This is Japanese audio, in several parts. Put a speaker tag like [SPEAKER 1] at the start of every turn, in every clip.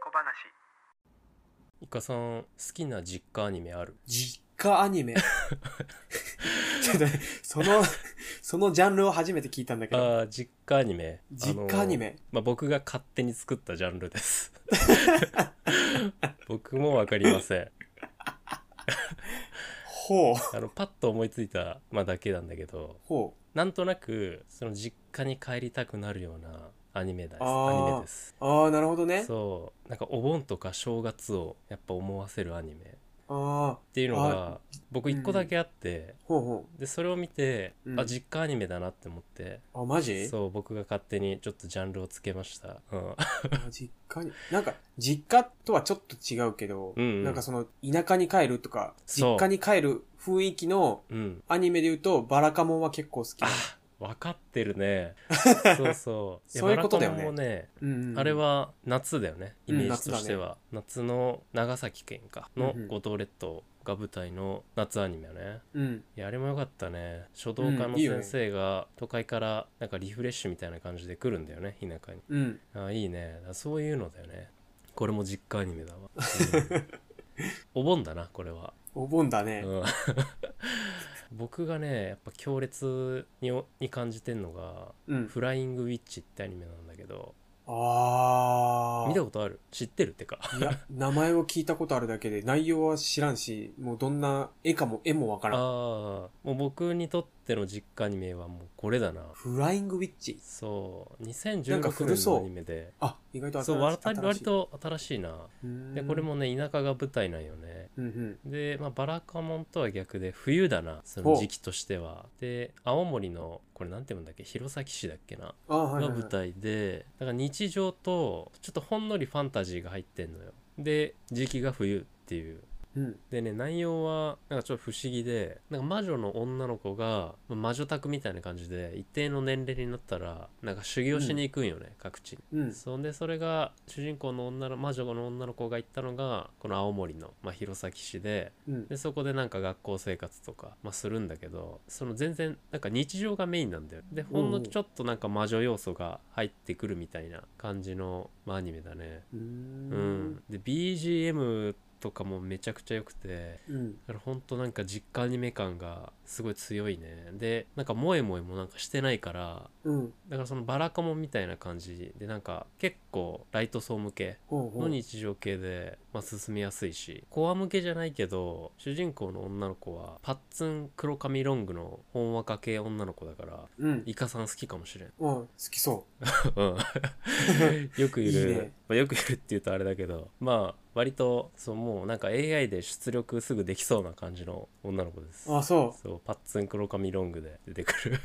[SPEAKER 1] 小話
[SPEAKER 2] イカさん好きな実家アニメある
[SPEAKER 3] 実家アニ メ。ちょっとね、その、そのジャンルを初めて聞いたんだけど。
[SPEAKER 2] ああ実家アニメ
[SPEAKER 3] 実家アニ
[SPEAKER 2] あの
[SPEAKER 3] メ。
[SPEAKER 2] まあ、僕が勝手に作ったジャンルです 僕もわかりません
[SPEAKER 3] ほう。
[SPEAKER 2] あのパッと思いついた、まあ、だけなんだけど
[SPEAKER 3] ほ
[SPEAKER 2] なんとなくその実家に帰りたくなるようなアニメです
[SPEAKER 3] あー
[SPEAKER 2] アニメです
[SPEAKER 3] う。ああ、なるほどね。
[SPEAKER 2] そうなんかお盆とか正月をやっぱ思わせるアニメっ
[SPEAKER 3] ああ、
[SPEAKER 2] ていうのが僕一個だけあって、
[SPEAKER 3] ほうほ
[SPEAKER 2] でそれを見て、
[SPEAKER 3] うん
[SPEAKER 2] あ実家アニメだなって思って
[SPEAKER 3] う。あ、マジ
[SPEAKER 2] そう僕が勝手にちょっとジャンルをつけました、 うん、
[SPEAKER 3] あ実家に、なんか、実家とはちょっと違うけど、
[SPEAKER 2] うんうん
[SPEAKER 3] なんかその、田舎に帰るとか、
[SPEAKER 2] そう
[SPEAKER 3] 実家に帰る雰囲気の
[SPEAKER 2] うん
[SPEAKER 3] アニメで言うと、バラカモンは結構好き。
[SPEAKER 2] あ分かってる ねそうそうや
[SPEAKER 3] そういうことだよね
[SPEAKER 2] バラカモンもね
[SPEAKER 3] うんうん
[SPEAKER 2] あれ、は夏だよねイ
[SPEAKER 3] うん
[SPEAKER 2] メージとしては、夏の長崎県かの
[SPEAKER 3] うんうん
[SPEAKER 2] 五島列島が舞台の夏アニメよね
[SPEAKER 3] うん。
[SPEAKER 2] いやあれもよかったね書道家
[SPEAKER 3] う
[SPEAKER 2] の
[SPEAKER 3] んいいよね
[SPEAKER 2] 先生が都会からなんかリフレッシュみたいな感じで来るんだよね田舎に
[SPEAKER 3] うん。
[SPEAKER 2] ああいいねあそういうのだよねこれも実家アニメだわ、うん お盆だなこれは
[SPEAKER 3] お盆だね。
[SPEAKER 2] うん 僕がねやっぱ強烈にに感じてんのが
[SPEAKER 3] う
[SPEAKER 2] 「
[SPEAKER 3] ん。
[SPEAKER 2] フライングウィッチ」ってアニメなんだけど
[SPEAKER 3] ああ。
[SPEAKER 2] 見たことある知ってるってか
[SPEAKER 3] いや、名前を聞いたことあるだけで、内容は知らんし、もうどんな絵かも絵もわか
[SPEAKER 2] ああ
[SPEAKER 3] らん。
[SPEAKER 2] もう僕にとっての実家アニメはもうこれだな
[SPEAKER 3] フライングウィッチ。
[SPEAKER 2] そう
[SPEAKER 3] なんか
[SPEAKER 2] 2016
[SPEAKER 3] 古
[SPEAKER 2] 年
[SPEAKER 3] そう
[SPEAKER 2] のアニメで
[SPEAKER 3] あ、意外と新し
[SPEAKER 2] そう割
[SPEAKER 3] 新
[SPEAKER 2] と
[SPEAKER 3] しい
[SPEAKER 2] 割と新しいな
[SPEAKER 3] うーん
[SPEAKER 2] でこれもね田舎が舞台なんよね
[SPEAKER 3] うんうん。
[SPEAKER 2] で、まあ、バラカモンとは逆で冬だなその時期としてはで青森のこれなんて言うんだっけ弘前市だっけな
[SPEAKER 3] あー、はい、は
[SPEAKER 2] が
[SPEAKER 3] いはい。
[SPEAKER 2] 舞台でだから日常とちょっとほんのりファンタジーが入ってんのよで時期が冬っていう
[SPEAKER 3] うん。
[SPEAKER 2] でね内容はなんかちょっと不思議でなんか魔女の女の子がまあ魔女宅みたいな感じで一定の年齢になったらなんか修行しに行くんよね、各地に
[SPEAKER 3] うん。
[SPEAKER 2] そんでそれが主人公の女の魔女の女の子が行ったのがこの青森の、まあ、弘前市で
[SPEAKER 3] うん。
[SPEAKER 2] でそこでなんか学校生活とか、まあ、するんだけどその全然なんか日常がメインなんだよでほ
[SPEAKER 3] お
[SPEAKER 2] ん
[SPEAKER 3] うお
[SPEAKER 2] の
[SPEAKER 3] う
[SPEAKER 2] ちょっとなんか魔女要素が入ってくるみたいな感じの、まあ、アニメだね
[SPEAKER 3] うー
[SPEAKER 2] うん、
[SPEAKER 3] ん。
[SPEAKER 2] で BGM とかもめちゃくちゃ良くて
[SPEAKER 3] うん。
[SPEAKER 2] だからほんとなんか実家アニメ感がすごい強いねでなんか萌え萌えもなんかしてないから
[SPEAKER 3] うん。
[SPEAKER 2] だからそのバラカモンみたいな感じでなんか結構ライト層向け
[SPEAKER 3] ほうほ
[SPEAKER 2] の
[SPEAKER 3] う。
[SPEAKER 2] 日常系で、まあ、進みやすいしコア向けじゃないけど主人公の女の子はパッツン黒髪ロングのほんわか系女の子だから
[SPEAKER 3] うん。
[SPEAKER 2] イカさん好きかもしれん
[SPEAKER 3] うん。 好きそ
[SPEAKER 2] うんよくいる
[SPEAKER 3] いいね
[SPEAKER 2] まあ、よくいるって言うとあれだけどまあ割とそうもうなんか AI で出力すぐできそうな感じの女の子です
[SPEAKER 3] う。あ、そ
[SPEAKER 2] そうパッツン黒髪ロングで出てくる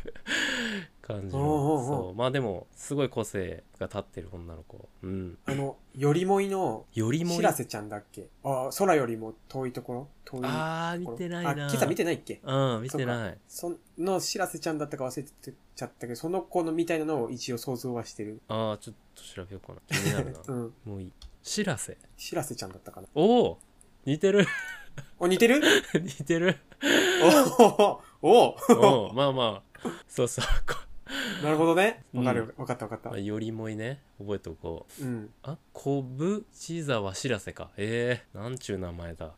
[SPEAKER 2] 感じの
[SPEAKER 3] おうおうおう
[SPEAKER 2] そうまあでもすごい個性が立ってる女の子うん
[SPEAKER 3] う。あの、よりもいの、
[SPEAKER 2] よりも
[SPEAKER 3] し
[SPEAKER 2] い
[SPEAKER 3] らせちゃんだっけあー、空よりも遠いところ遠いところ。
[SPEAKER 2] ああ見てないな
[SPEAKER 3] あ、今朝見てないっけ
[SPEAKER 2] うん見てない
[SPEAKER 3] その、しらせちゃんだったか忘れてっちゃったけど、その子のみたいなのを一応想像はしてる。
[SPEAKER 2] ああちょっと調べようかな気になるな
[SPEAKER 3] うん。
[SPEAKER 2] もういいしらせ
[SPEAKER 3] しらせちゃんだったかな。
[SPEAKER 2] おお似てる
[SPEAKER 3] お、似てる
[SPEAKER 2] 似 てる
[SPEAKER 3] おお
[SPEAKER 2] おおまあまあそうそうこ
[SPEAKER 3] なるほどね。
[SPEAKER 2] うん
[SPEAKER 3] わかる、わかったわ かった
[SPEAKER 2] まあ、。よりもいね覚えておこ
[SPEAKER 3] う
[SPEAKER 2] う
[SPEAKER 3] ん。
[SPEAKER 2] あ小ぶちざわしらせかええー、なんちゅう名前 だ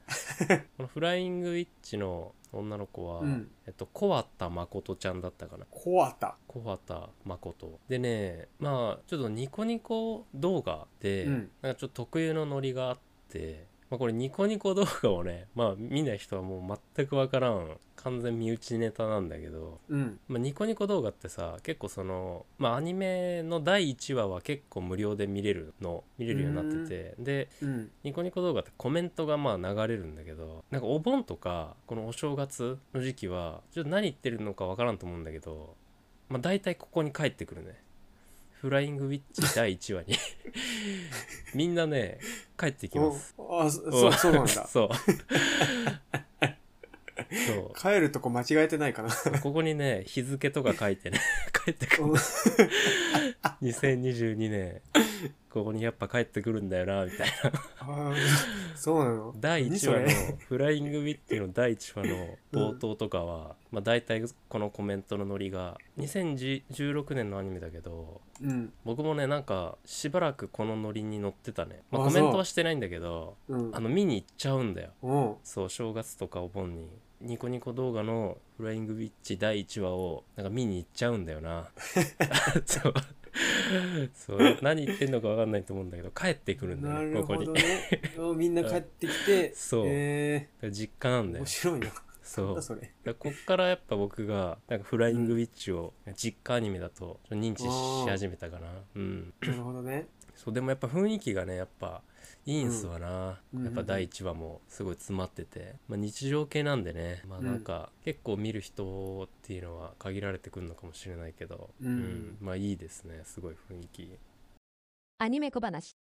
[SPEAKER 2] このフライングウィッチの女の子は、
[SPEAKER 3] うん。
[SPEAKER 2] えっと小畑誠ちゃんだったかな
[SPEAKER 3] コアタ。
[SPEAKER 2] 小畑誠でねまあちょっとニコニコ動画で、
[SPEAKER 3] うん
[SPEAKER 2] なんかちょっと特有のノリがあって、まあ、これニコニコ動画をね まあ見ない人はもう全く分からん完全身内ネタなんだけど、
[SPEAKER 3] うん。
[SPEAKER 2] まあ、ニコニコ動画ってさ結構そのまあアニメの第1話は結構無料で見れるの見れるようになっててで
[SPEAKER 3] うん。
[SPEAKER 2] ニコニコ動画ってコメントがまあ流れるんだけどなんかお盆とかこのお正月の時期はちょっと何言ってるのかわからんと思うんだけど、まあ、大体ここに帰ってくるね「フライングウィッチ」第1話に みんなね帰ってきます。
[SPEAKER 3] おあ、そそう、そうなんだ
[SPEAKER 2] そうそう
[SPEAKER 3] 帰るとこ間違えてないかな。
[SPEAKER 2] ここにね 日付とか書いてね帰ってくる
[SPEAKER 3] うん
[SPEAKER 2] 2022年ここにやっぱ帰ってくるんだよなみたいな
[SPEAKER 3] あーそうなの
[SPEAKER 2] 第1話
[SPEAKER 3] 何
[SPEAKER 2] の「フライング・ウィッティ」の第1話の冒頭とかは、まあ、大体このコメントのノリが2016年のアニメだけど
[SPEAKER 3] うん。
[SPEAKER 2] 僕もねなんかしばらくこのノリに乗ってたね、まあ、
[SPEAKER 3] あ
[SPEAKER 2] コメン
[SPEAKER 3] そ
[SPEAKER 2] ト
[SPEAKER 3] う
[SPEAKER 2] はしてないんだけど
[SPEAKER 3] うん
[SPEAKER 2] あ。の見に行っちゃうんだよ
[SPEAKER 3] うん。
[SPEAKER 2] そう正月とかお盆にニコニコ動画の「フライングウィッチ」第1話をなんか見に行っちゃうんだ よなそうそう何言ってんのか分かんないと思うんだけど帰ってくるんだ
[SPEAKER 3] な
[SPEAKER 2] よ、
[SPEAKER 3] る
[SPEAKER 2] ここ
[SPEAKER 3] ほ
[SPEAKER 2] に
[SPEAKER 3] ど ね。おみんな帰ってきて、
[SPEAKER 2] そう
[SPEAKER 3] え
[SPEAKER 2] 実家な
[SPEAKER 3] ー、
[SPEAKER 2] んだよ
[SPEAKER 3] 面白いな。
[SPEAKER 2] そ
[SPEAKER 3] なん
[SPEAKER 2] う
[SPEAKER 3] だそれ。
[SPEAKER 2] だからこっからやっぱ僕がなんかフライングウィッチを実家アニメだとちょっと認知し始めたかなうん
[SPEAKER 3] なるほどね。
[SPEAKER 2] そうでもやっぱ雰囲気がねやっぱいいんすわな、
[SPEAKER 3] うん
[SPEAKER 2] やっぱ第1話もすごい詰まってて、まあ、日常系なんでねまあなんか結構見る人っていうのは限られてくるのかもしれないけど、
[SPEAKER 3] うん
[SPEAKER 2] まあいいですねすごい雰囲気
[SPEAKER 1] アニメ小話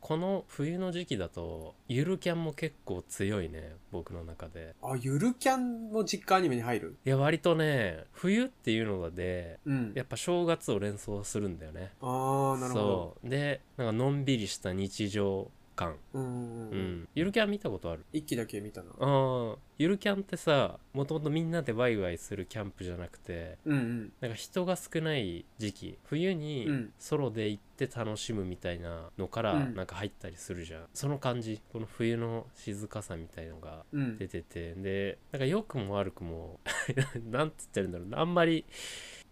[SPEAKER 2] この冬の時期だとゆるキャンも結構強いね僕の中で
[SPEAKER 3] あ、ゆるキャンも実家アニメに入る
[SPEAKER 2] いや割とね冬っていうので
[SPEAKER 3] うん。
[SPEAKER 2] やっぱ正月を連想するんだよね
[SPEAKER 3] あー、なるほど。
[SPEAKER 2] そうでなんかのんびりした日常感
[SPEAKER 3] うんうん
[SPEAKER 2] う
[SPEAKER 3] うん。
[SPEAKER 2] んゆるキャン見たことある
[SPEAKER 3] 一期だけ見たな。
[SPEAKER 2] ああゆるキャンってさもともとみんなでワイワイするキャンプじゃなくて
[SPEAKER 3] うんうん。
[SPEAKER 2] なんか人が少ない時期冬
[SPEAKER 3] う
[SPEAKER 2] に
[SPEAKER 3] ん
[SPEAKER 2] ソロで行って楽しむみたいなのから
[SPEAKER 3] うん
[SPEAKER 2] なんか入ったりするじゃん、その感じこの冬の静かさみたいのが
[SPEAKER 3] うん
[SPEAKER 2] 出。ててでなんか良くも悪くも なんつってるんだろうなあんまり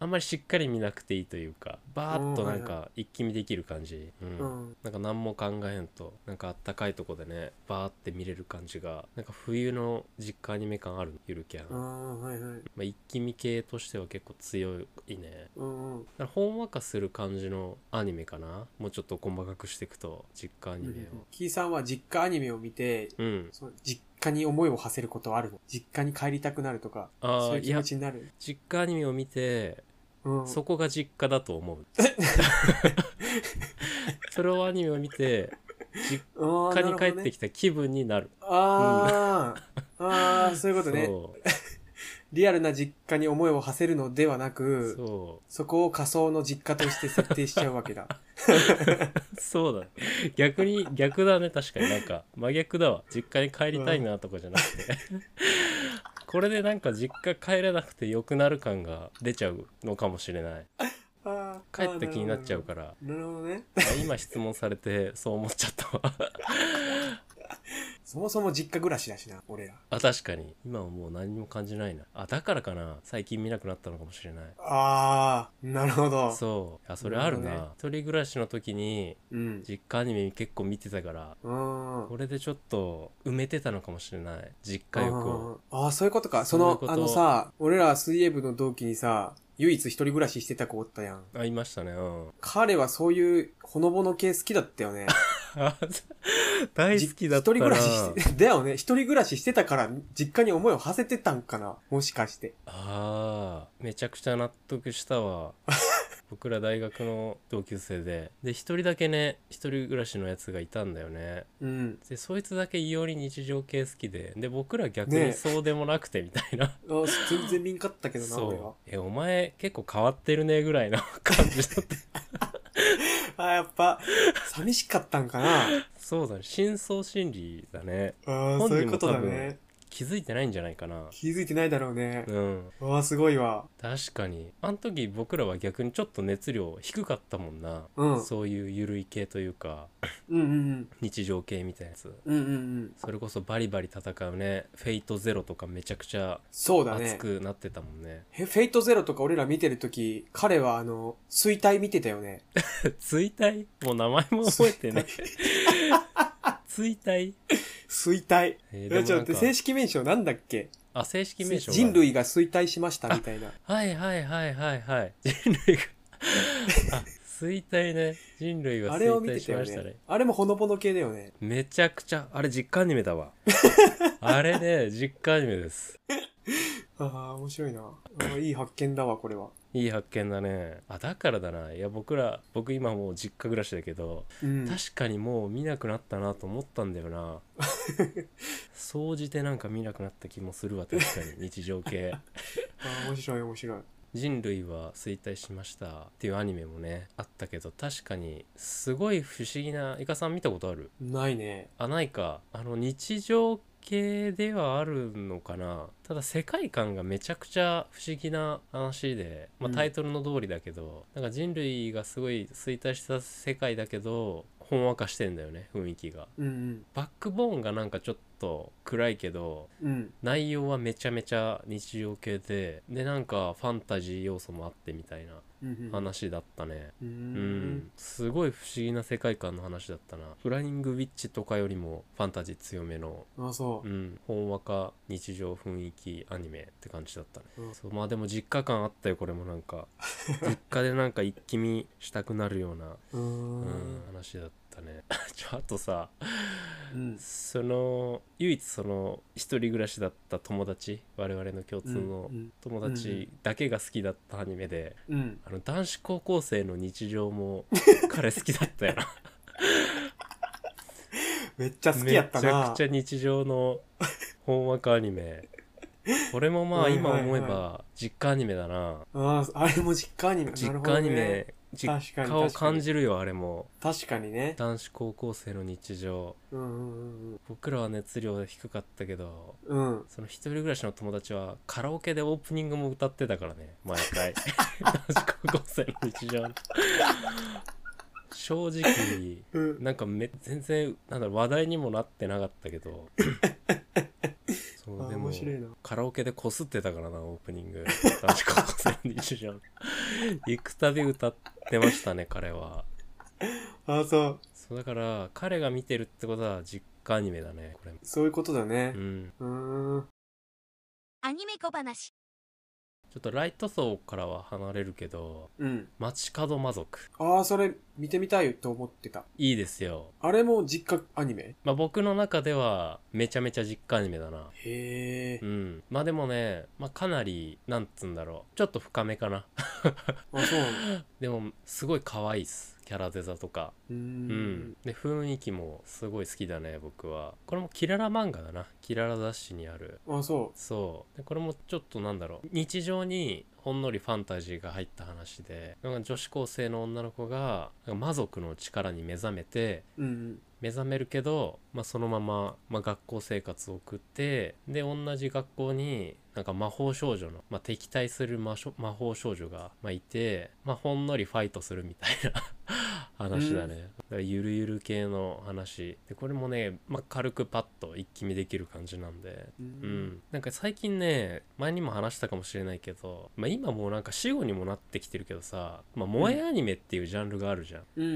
[SPEAKER 2] あんまりしっかり見なくていいというかバーッとなん
[SPEAKER 3] うん
[SPEAKER 2] か一気見できる感じ、うん
[SPEAKER 3] うん。
[SPEAKER 2] なんか何も考えんとなんかあったかいとこでねバーって見れる感じがなんか冬の実家アニメ感あるゆるキャン、
[SPEAKER 3] あ
[SPEAKER 2] ま
[SPEAKER 3] ー、はいはい。
[SPEAKER 2] あ、一気見系としては結構強いね
[SPEAKER 3] うんうん。
[SPEAKER 2] だからほんわかする感じのアニメかなもうちょっと細かくしていくと実家アニメを
[SPEAKER 3] キーさんは実家アニメを見て、
[SPEAKER 2] うん、
[SPEAKER 3] その実家に思いを馳せることはあるの実家に帰りたくなるとか、
[SPEAKER 2] あ
[SPEAKER 3] そうい
[SPEAKER 2] あ
[SPEAKER 3] う
[SPEAKER 2] い
[SPEAKER 3] 気
[SPEAKER 2] や
[SPEAKER 3] 持ちになる。
[SPEAKER 2] 実家アニメを見て
[SPEAKER 3] うん。
[SPEAKER 2] そこが実家だと思う それをアニメを見て
[SPEAKER 3] あ
[SPEAKER 2] 実
[SPEAKER 3] ー
[SPEAKER 2] 家に帰って
[SPEAKER 3] き
[SPEAKER 2] きた気分になる
[SPEAKER 3] あー、あー、そういうことね。
[SPEAKER 2] そう
[SPEAKER 3] リアルな実家に思いを馳せるのではなく、そ
[SPEAKER 2] そう
[SPEAKER 3] こを仮想の実家として設定しちゃうわけだ。
[SPEAKER 2] そうだね逆に逆だね確かになんか真逆だわ実家に帰りたいなとかじゃな くて、これでなんか実家帰れなくて良くなる感が出ちゃうのかもしれない
[SPEAKER 3] あー
[SPEAKER 2] 帰った気になっちゃうから
[SPEAKER 3] なるほどね。
[SPEAKER 2] まあ今質問されてそう思っちゃったわ
[SPEAKER 3] そもそも実家暮らしだしな、俺ら。
[SPEAKER 2] あ確かに今はもう何も感じないなあだからかな最近見なくなったのかもしれない
[SPEAKER 3] あー、なるほど。
[SPEAKER 2] そうあそれあるな
[SPEAKER 3] なるほど
[SPEAKER 2] 一人暮らしの時に
[SPEAKER 3] うん。
[SPEAKER 2] 実家アニメ結構見てたから
[SPEAKER 3] うん。
[SPEAKER 2] これでちょっと埋めてたのかもしれない実家欲を
[SPEAKER 3] あーあー、そういうことか。そ
[SPEAKER 2] そういう
[SPEAKER 3] の、
[SPEAKER 2] こと
[SPEAKER 3] あのさ、俺ら水泳部の同期にさ、唯一一人暮らししてた子おったやん。
[SPEAKER 2] あいましたねうん
[SPEAKER 3] 彼はそういうほのぼの系好きだったよね。
[SPEAKER 2] あ大好きだった
[SPEAKER 3] じ一人暮らし
[SPEAKER 2] な
[SPEAKER 3] して、 だよね。一人暮らししてたから、実家に思いを馳せてたんかな。もしかして。
[SPEAKER 2] ああめちゃくちゃ納得した わ僕ら大学の同級生でで一人だけね一人暮らしのやつがいたんだよね
[SPEAKER 3] うん。
[SPEAKER 2] でそいつだけ異様に日常系好きでで僕ら逆
[SPEAKER 3] ね
[SPEAKER 2] に
[SPEAKER 3] え
[SPEAKER 2] そうでもなくてみたいな、
[SPEAKER 3] あ全然見んかったけどな、俺は
[SPEAKER 2] そ。うえお前結構変わってるねぐらいの 感じだって
[SPEAKER 3] あーやっぱ、寂しかったんかな。
[SPEAKER 2] そうだね深層心理だね
[SPEAKER 3] ああ、
[SPEAKER 2] 本人も
[SPEAKER 3] そういうことだ
[SPEAKER 2] 多分
[SPEAKER 3] ね。
[SPEAKER 2] 気づいてないんじゃないかな
[SPEAKER 3] 気づいてないだろうね。
[SPEAKER 2] うん
[SPEAKER 3] うわあ、すごいわ。
[SPEAKER 2] 確かにあの時僕らは逆にちょっと熱量低かったもんな
[SPEAKER 3] うん。うん
[SPEAKER 2] そういうゆるい系というか
[SPEAKER 3] うんうん。
[SPEAKER 2] 日常系みたいなやつ
[SPEAKER 3] うんうんうん。
[SPEAKER 2] それこそバリバリ戦うねフェイトゼロとかめちゃくちゃ
[SPEAKER 3] そうだ
[SPEAKER 2] 熱
[SPEAKER 3] ね。
[SPEAKER 2] くなってたもんね
[SPEAKER 3] へフェイトゼロとか俺ら見てるとき、彼はあの、衰退見てたよね。
[SPEAKER 2] 追体もう名前も覚え てない追体
[SPEAKER 3] 衰退。
[SPEAKER 2] えー
[SPEAKER 3] え
[SPEAKER 2] でも
[SPEAKER 3] ちょっ
[SPEAKER 2] なん
[SPEAKER 3] と待って
[SPEAKER 2] か
[SPEAKER 3] 正式名称なんだっけ
[SPEAKER 2] あ正式名称が
[SPEAKER 3] 人類が衰退しましたみたいな。
[SPEAKER 2] はいはいはいはいはい人類があ衰退ね人類が
[SPEAKER 3] あ
[SPEAKER 2] 衰
[SPEAKER 3] れを見
[SPEAKER 2] 退
[SPEAKER 3] て
[SPEAKER 2] した
[SPEAKER 3] よ
[SPEAKER 2] ましたね
[SPEAKER 3] ね。あれもほのぼの系だよね。
[SPEAKER 2] めちゃくちゃあれ実家アニメ だわあれね実家アニメです
[SPEAKER 3] ああ、面白いな。あーいい発見だわ、これは。
[SPEAKER 2] いい発見だねあだからだないや僕ら僕今もう実家暮らしだけど、
[SPEAKER 3] うん。
[SPEAKER 2] 確かにもう見なくなったなと思ったんだ よな総じてなんか見なくなった気もするわ確かに日常系
[SPEAKER 3] ああ、面白い、面白い。
[SPEAKER 2] 人類は衰退しましたっていうアニメもねあったけど確かにすごい不思議なイカさん見たことある
[SPEAKER 3] ないね。
[SPEAKER 2] あないかあの日常系ではあるのかなただ世界観がめちゃくちゃ不思議な話で、まあ、
[SPEAKER 3] うん
[SPEAKER 2] タイトルの通りだけど、なんか人類がすごい衰退した世界だけどほんわかしてんだよね雰囲気が
[SPEAKER 3] うん
[SPEAKER 2] バックボーンがなんかちょっと暗いけど
[SPEAKER 3] うん。うん。
[SPEAKER 2] 内容はめちゃめちゃ日常系ででなんかファンタジー要素もあってみたいな
[SPEAKER 3] うんうん。
[SPEAKER 2] 話だったね
[SPEAKER 3] うー
[SPEAKER 2] うん、
[SPEAKER 3] ん。
[SPEAKER 2] すごい不思議な世界観の話だったなフライングウィッチとかよりもファンタジー強めの
[SPEAKER 3] あ、そうう。
[SPEAKER 2] んほんわか日常雰囲気アニメって感じだったね、
[SPEAKER 3] うん
[SPEAKER 2] そうまあでも実家感あったよこれもなん か実家でなんか一気見したくなるような、
[SPEAKER 3] うー
[SPEAKER 2] うん
[SPEAKER 3] ん。
[SPEAKER 2] 話だったね ちょあとさ
[SPEAKER 3] うん。
[SPEAKER 2] その唯一その一人暮らしだった友達我々の共通の
[SPEAKER 3] うん
[SPEAKER 2] 友達だけが好きだったアニメで、
[SPEAKER 3] うん。
[SPEAKER 2] あの男子高校生の日常 も彼好きだったよな
[SPEAKER 3] めっちゃ好き
[SPEAKER 2] め
[SPEAKER 3] やった
[SPEAKER 2] ちゃ
[SPEAKER 3] な
[SPEAKER 2] くち。ゃ日常のほんわかアニメこれもま
[SPEAKER 3] は
[SPEAKER 2] あ
[SPEAKER 3] いはい
[SPEAKER 2] 今
[SPEAKER 3] はい
[SPEAKER 2] 思えば実家アニメだな
[SPEAKER 3] あーあれも実家アニメ。な
[SPEAKER 2] 実
[SPEAKER 3] るほ
[SPEAKER 2] 家
[SPEAKER 3] ど
[SPEAKER 2] アニ
[SPEAKER 3] ね。
[SPEAKER 2] メ
[SPEAKER 3] 確
[SPEAKER 2] 実
[SPEAKER 3] かに
[SPEAKER 2] 家を感じるよあれも
[SPEAKER 3] 確かにね。
[SPEAKER 2] 男子高校生の日常
[SPEAKER 3] うんうん
[SPEAKER 2] 僕らは熱量低かったけど
[SPEAKER 3] うんうん。うん。
[SPEAKER 2] その一人暮らしの友達はカラオケでオープニングも歌ってたからね毎 回男子高校生の日常の正直
[SPEAKER 3] うん。
[SPEAKER 2] なんかめ全然なんだろう話題にもなってなかった けどそ
[SPEAKER 3] あ面白いな
[SPEAKER 2] カラオケでこすってたからなオープニング男子高校 生の日常の行くたび歌ってましたね彼は
[SPEAKER 3] あーそう。
[SPEAKER 2] そうだから彼が見てるってことは実家アニメだねこれ
[SPEAKER 3] そういうことだね
[SPEAKER 2] う。ん
[SPEAKER 3] うーん。
[SPEAKER 1] アニメ小話。
[SPEAKER 2] ちょっとライト層からは離れるけど
[SPEAKER 3] うん。
[SPEAKER 2] 街角魔族
[SPEAKER 3] ああ、それ見てみたいと思ってた。
[SPEAKER 2] いいですよ
[SPEAKER 3] あれも実家アニメ
[SPEAKER 2] まあ僕の中ではめちゃめちゃ実家アニメだな
[SPEAKER 3] へえ
[SPEAKER 2] う。んまあでもね、まあ、かなりなんつうんだろうちょっと深めかな
[SPEAKER 3] あ、そうなんだ。
[SPEAKER 2] でもすごい可愛いっすキャラデザとか
[SPEAKER 3] うー
[SPEAKER 2] うん、
[SPEAKER 3] ん。
[SPEAKER 2] で雰囲気もすごい好きだね僕はこれもキララ漫画だなキララ雑誌にある
[SPEAKER 3] あ、そ
[SPEAKER 2] そうでこれもちょっとなんだろう日常にほんのりファンタジーが入った話でなんか女子高生の女の子がなんか魔族の力に目覚めて
[SPEAKER 3] う。うん
[SPEAKER 2] 目覚めるけど、まあ、そのまま、まあ、学校生活を送ってで同じ学校になんか魔法少女の、まあ、敵対する魔少魔法少女が、まあ、いて、まあ、ほんのりファイトするみたいな 話だね、だからゆるゆる系の話でこれもね、まあ、軽くパッと一気見できる感じなんで。
[SPEAKER 3] うん。う。
[SPEAKER 2] うんん、なんか最近ね前にも話したかもしれないけど、まあ、今もうなんか死後にもなってきてるけどさ、まあ、萌えアニメっていうジャンルがあるじゃん、
[SPEAKER 3] うんう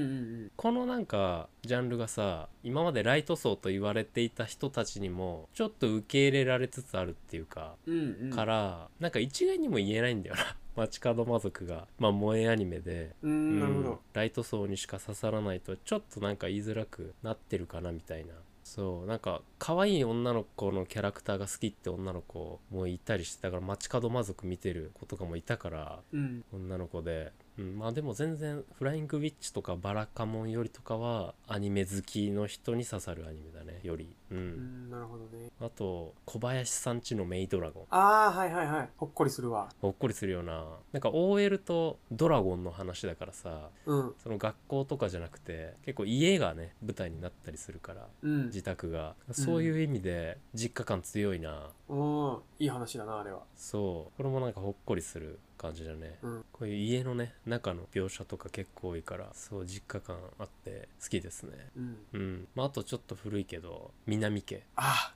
[SPEAKER 3] ん
[SPEAKER 2] このなんかジャンルがさ今までライト層と言われていた人たちにもちょっと受け入れられつつあるっていうか、
[SPEAKER 3] うん。うんうん。
[SPEAKER 2] からなんか一概にも言えないんだよな 街角魔族がまあ萌えアニメで、
[SPEAKER 3] うー
[SPEAKER 2] うん
[SPEAKER 3] ん、なるほど。
[SPEAKER 2] ライト層にしか刺さらないとちょっとなんか言いづらくなってるかなみたいなそうなんか可愛い女の子のキャラクターが好きって女の子もいたりしてだから街角魔族見てる子とかもいたから
[SPEAKER 3] うん。
[SPEAKER 2] 女の子で、うん、まあでも全然「フライングウィッチ」とか「バラカモン」よりとかはアニメ好きの人に刺さるアニメだねよりうん、
[SPEAKER 3] うん、なるほどね。
[SPEAKER 2] あと小林さんちのメイドラゴン
[SPEAKER 3] ああ、はいはいはい。ほっこりするわ。
[SPEAKER 2] ほっこりするようななんか OL とドラゴンの話だからさ
[SPEAKER 3] うん。
[SPEAKER 2] その学校とかじゃなくて結構家がね舞台になったりするから
[SPEAKER 3] うん。
[SPEAKER 2] 自宅がそういう意味で実家感強いな、
[SPEAKER 3] うん。いい話だな、あれは。
[SPEAKER 2] そうこれもなんかほっこりする感じだね、
[SPEAKER 3] うん
[SPEAKER 2] こういう家のね中の描写とか結構多いからそう実家感あって好きですね
[SPEAKER 3] うん。
[SPEAKER 2] うんまああとちょっと古いけど南家
[SPEAKER 3] ああ。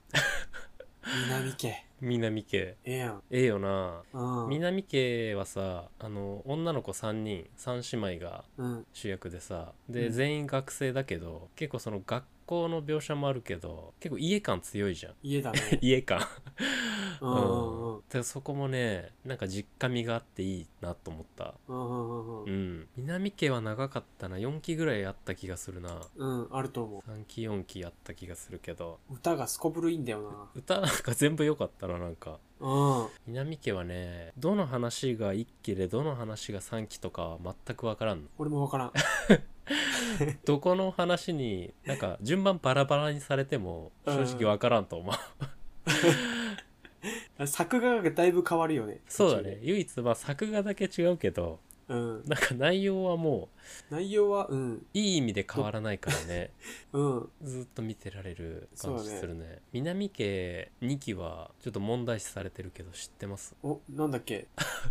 [SPEAKER 3] 南家。
[SPEAKER 2] 南家
[SPEAKER 3] ええやん。
[SPEAKER 2] ええよな
[SPEAKER 3] うん。
[SPEAKER 2] 南家はさあの女の子3人3姉妹が
[SPEAKER 3] うん。
[SPEAKER 2] 主役でさで、
[SPEAKER 3] うん
[SPEAKER 2] 全員学生だけど結構その学校の描写もあるけど結構家感強いじゃん
[SPEAKER 3] 家だ ね。
[SPEAKER 2] 家感
[SPEAKER 3] うんうんうん。
[SPEAKER 2] でそこもねなんか実家味があっていいなと思った
[SPEAKER 3] うんうんうんう。
[SPEAKER 2] うんん南家は長かったな4期ぐらいあった気がするな
[SPEAKER 3] うん、あると思
[SPEAKER 2] 3期4期あった気がするけど
[SPEAKER 3] う。歌がすこぶるいいんだよ
[SPEAKER 2] 歌なんか全部良かったななんか
[SPEAKER 3] な。うん。
[SPEAKER 2] 南家はねどの話が1期でどの話が3期とかは全く分からんの
[SPEAKER 3] 俺もわからん。
[SPEAKER 2] どこの話になんか順番バラバラにされても正直分からんと思う
[SPEAKER 3] 作画がだいぶ変わるよね。
[SPEAKER 2] そうだ
[SPEAKER 3] 途中
[SPEAKER 2] ね
[SPEAKER 3] で。
[SPEAKER 2] 唯一まあ作画だけ違うけど
[SPEAKER 3] うん。
[SPEAKER 2] なんか内容はも
[SPEAKER 3] 内容は、うん。
[SPEAKER 2] ういい意味で変わらないからね
[SPEAKER 3] うん。
[SPEAKER 2] ずっと見てられる感じ
[SPEAKER 3] そうだね
[SPEAKER 2] するね南家2期はちょっと問題視されてるけど知ってます
[SPEAKER 3] お、なんだっけ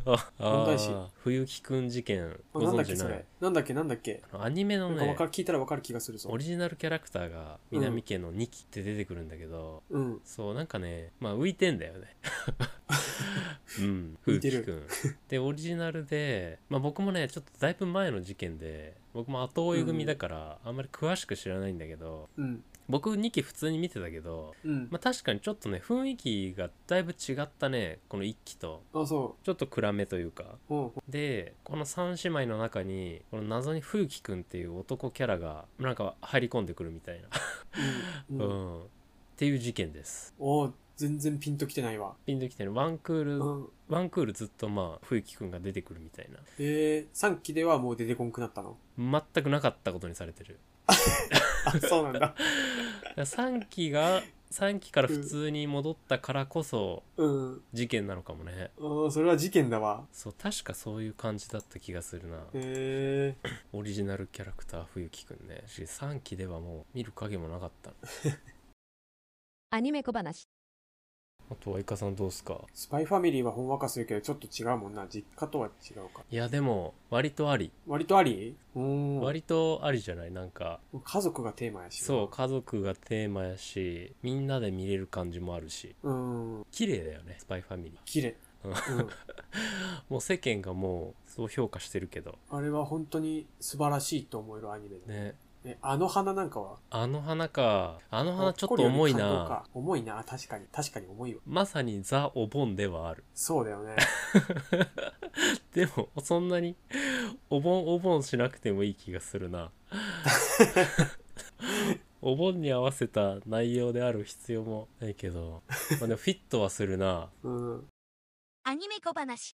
[SPEAKER 2] あ
[SPEAKER 3] 問題視
[SPEAKER 2] あー冬木くん事件
[SPEAKER 3] あ
[SPEAKER 2] ご
[SPEAKER 3] なんだ
[SPEAKER 2] 存
[SPEAKER 3] っけ
[SPEAKER 2] 知
[SPEAKER 3] そ
[SPEAKER 2] ない
[SPEAKER 3] れ。なんだっけなんだっけ
[SPEAKER 2] あのアニメの
[SPEAKER 3] なんかわ
[SPEAKER 2] ね
[SPEAKER 3] かる聞いたらわかる気がするぞ
[SPEAKER 2] オ。リジナルキャラクターが南家の2期って出てくるんだけど、
[SPEAKER 3] うん。
[SPEAKER 2] そうなんかねまあ浮いてんだよね うん風
[SPEAKER 3] いて
[SPEAKER 2] 紀
[SPEAKER 3] る
[SPEAKER 2] くんでオリジナルで、まあ、僕もねちょっとだいぶ前の事件で僕も後追い組だからあんまり詳しく知らないんだけど、
[SPEAKER 3] うん。
[SPEAKER 2] 僕2期普通に見てたけど、
[SPEAKER 3] うん
[SPEAKER 2] ま。あ、確かにちょっとね雰囲気がだいぶ違ったねこの1期と
[SPEAKER 3] あ、そ
[SPEAKER 2] ちょっと暗めというか
[SPEAKER 3] う。うん。
[SPEAKER 2] でこの3姉妹の中にこの謎に風紀くんっていう男キャラがなんか入り込んでくるみたいな、
[SPEAKER 3] うん。
[SPEAKER 2] う
[SPEAKER 3] うん。
[SPEAKER 2] ん、っていう事件です
[SPEAKER 3] おー全然ピンときてないわ。
[SPEAKER 2] ピンときてるワンクール、
[SPEAKER 3] うん。
[SPEAKER 2] ワンクールずっとまあ冬木くんが出てくるみたいな
[SPEAKER 3] えー、3期ではもう出てこんくなったの
[SPEAKER 2] 全くなかったことにされてる
[SPEAKER 3] あ、そうなん だ。
[SPEAKER 2] 3期が3期から普通に戻ったからこそ
[SPEAKER 3] うん。
[SPEAKER 2] 事件なのかもね
[SPEAKER 3] うん、それは事件だわ。
[SPEAKER 2] そう確かそういう感じだった気がするな
[SPEAKER 3] へえ
[SPEAKER 2] オリジナルキャラクター冬木くんねし3期ではもう見る影もなかった
[SPEAKER 1] アニメ小話。
[SPEAKER 2] あとはいかさんどうっすか
[SPEAKER 3] スパイファミリーはほんわかするけど、ちょっと違うもんな。実家とは違うか。
[SPEAKER 2] いやでも割とあり
[SPEAKER 3] 割とありうーん。
[SPEAKER 2] 割とありじゃないなんか
[SPEAKER 3] 家族がテーマやし。
[SPEAKER 2] そう家族がテーマやしみんなで見れる感じもあるし
[SPEAKER 3] う。うん。
[SPEAKER 2] 綺麗だよねスパイファミリ
[SPEAKER 3] 綺麗。
[SPEAKER 2] うん
[SPEAKER 3] うん。
[SPEAKER 2] ーもう世間がもうそう評価してるけど
[SPEAKER 3] あれは本当に素晴らしいと思えるアニメだね。
[SPEAKER 2] ね
[SPEAKER 3] えあの花なんかは
[SPEAKER 2] あの花かあの花ちょっと
[SPEAKER 3] ほこりよ
[SPEAKER 2] 重
[SPEAKER 3] り
[SPEAKER 2] い
[SPEAKER 3] 感動
[SPEAKER 2] な
[SPEAKER 3] か。重いな。確かに。確かに重いわ。
[SPEAKER 2] まさにザ・お盆ではある
[SPEAKER 3] そうだよね。
[SPEAKER 2] でもそんなにお盆お盆しなくてもいい気がする なお盆に合わせた内容である必要もないけど、まあ、でもフィットはするな
[SPEAKER 3] うん。
[SPEAKER 1] アニメ小話。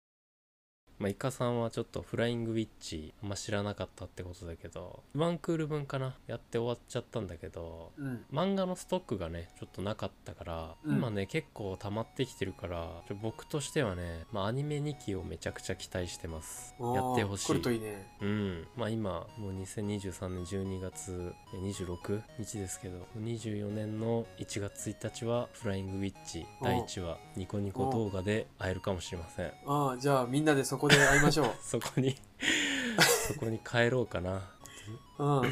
[SPEAKER 2] まあ、イカさんはちょっとフライングウィッチあんま知らなかったってことだけどワンクール分かなやって終わっちゃったんだけど
[SPEAKER 3] うん。
[SPEAKER 2] 漫画のストックがねちょっとなかったから、
[SPEAKER 3] うん
[SPEAKER 2] 今ね結構溜まってきてるからちょ僕としてはね、まあ、アニメ2期をめちゃくちゃ期待してます
[SPEAKER 3] あー
[SPEAKER 2] やってほし
[SPEAKER 3] 来る
[SPEAKER 2] い
[SPEAKER 3] といいね。
[SPEAKER 2] うんまあ今もう2023年12月26日ですけど24年の1月1日は「フライングウィッチ」第1話ニコニコ動画で会えるかもしれません
[SPEAKER 3] ああ、じゃあみんなでそこで会いましょ
[SPEAKER 2] そこにそこに帰ろうかな、
[SPEAKER 3] う。うん。
[SPEAKER 2] うん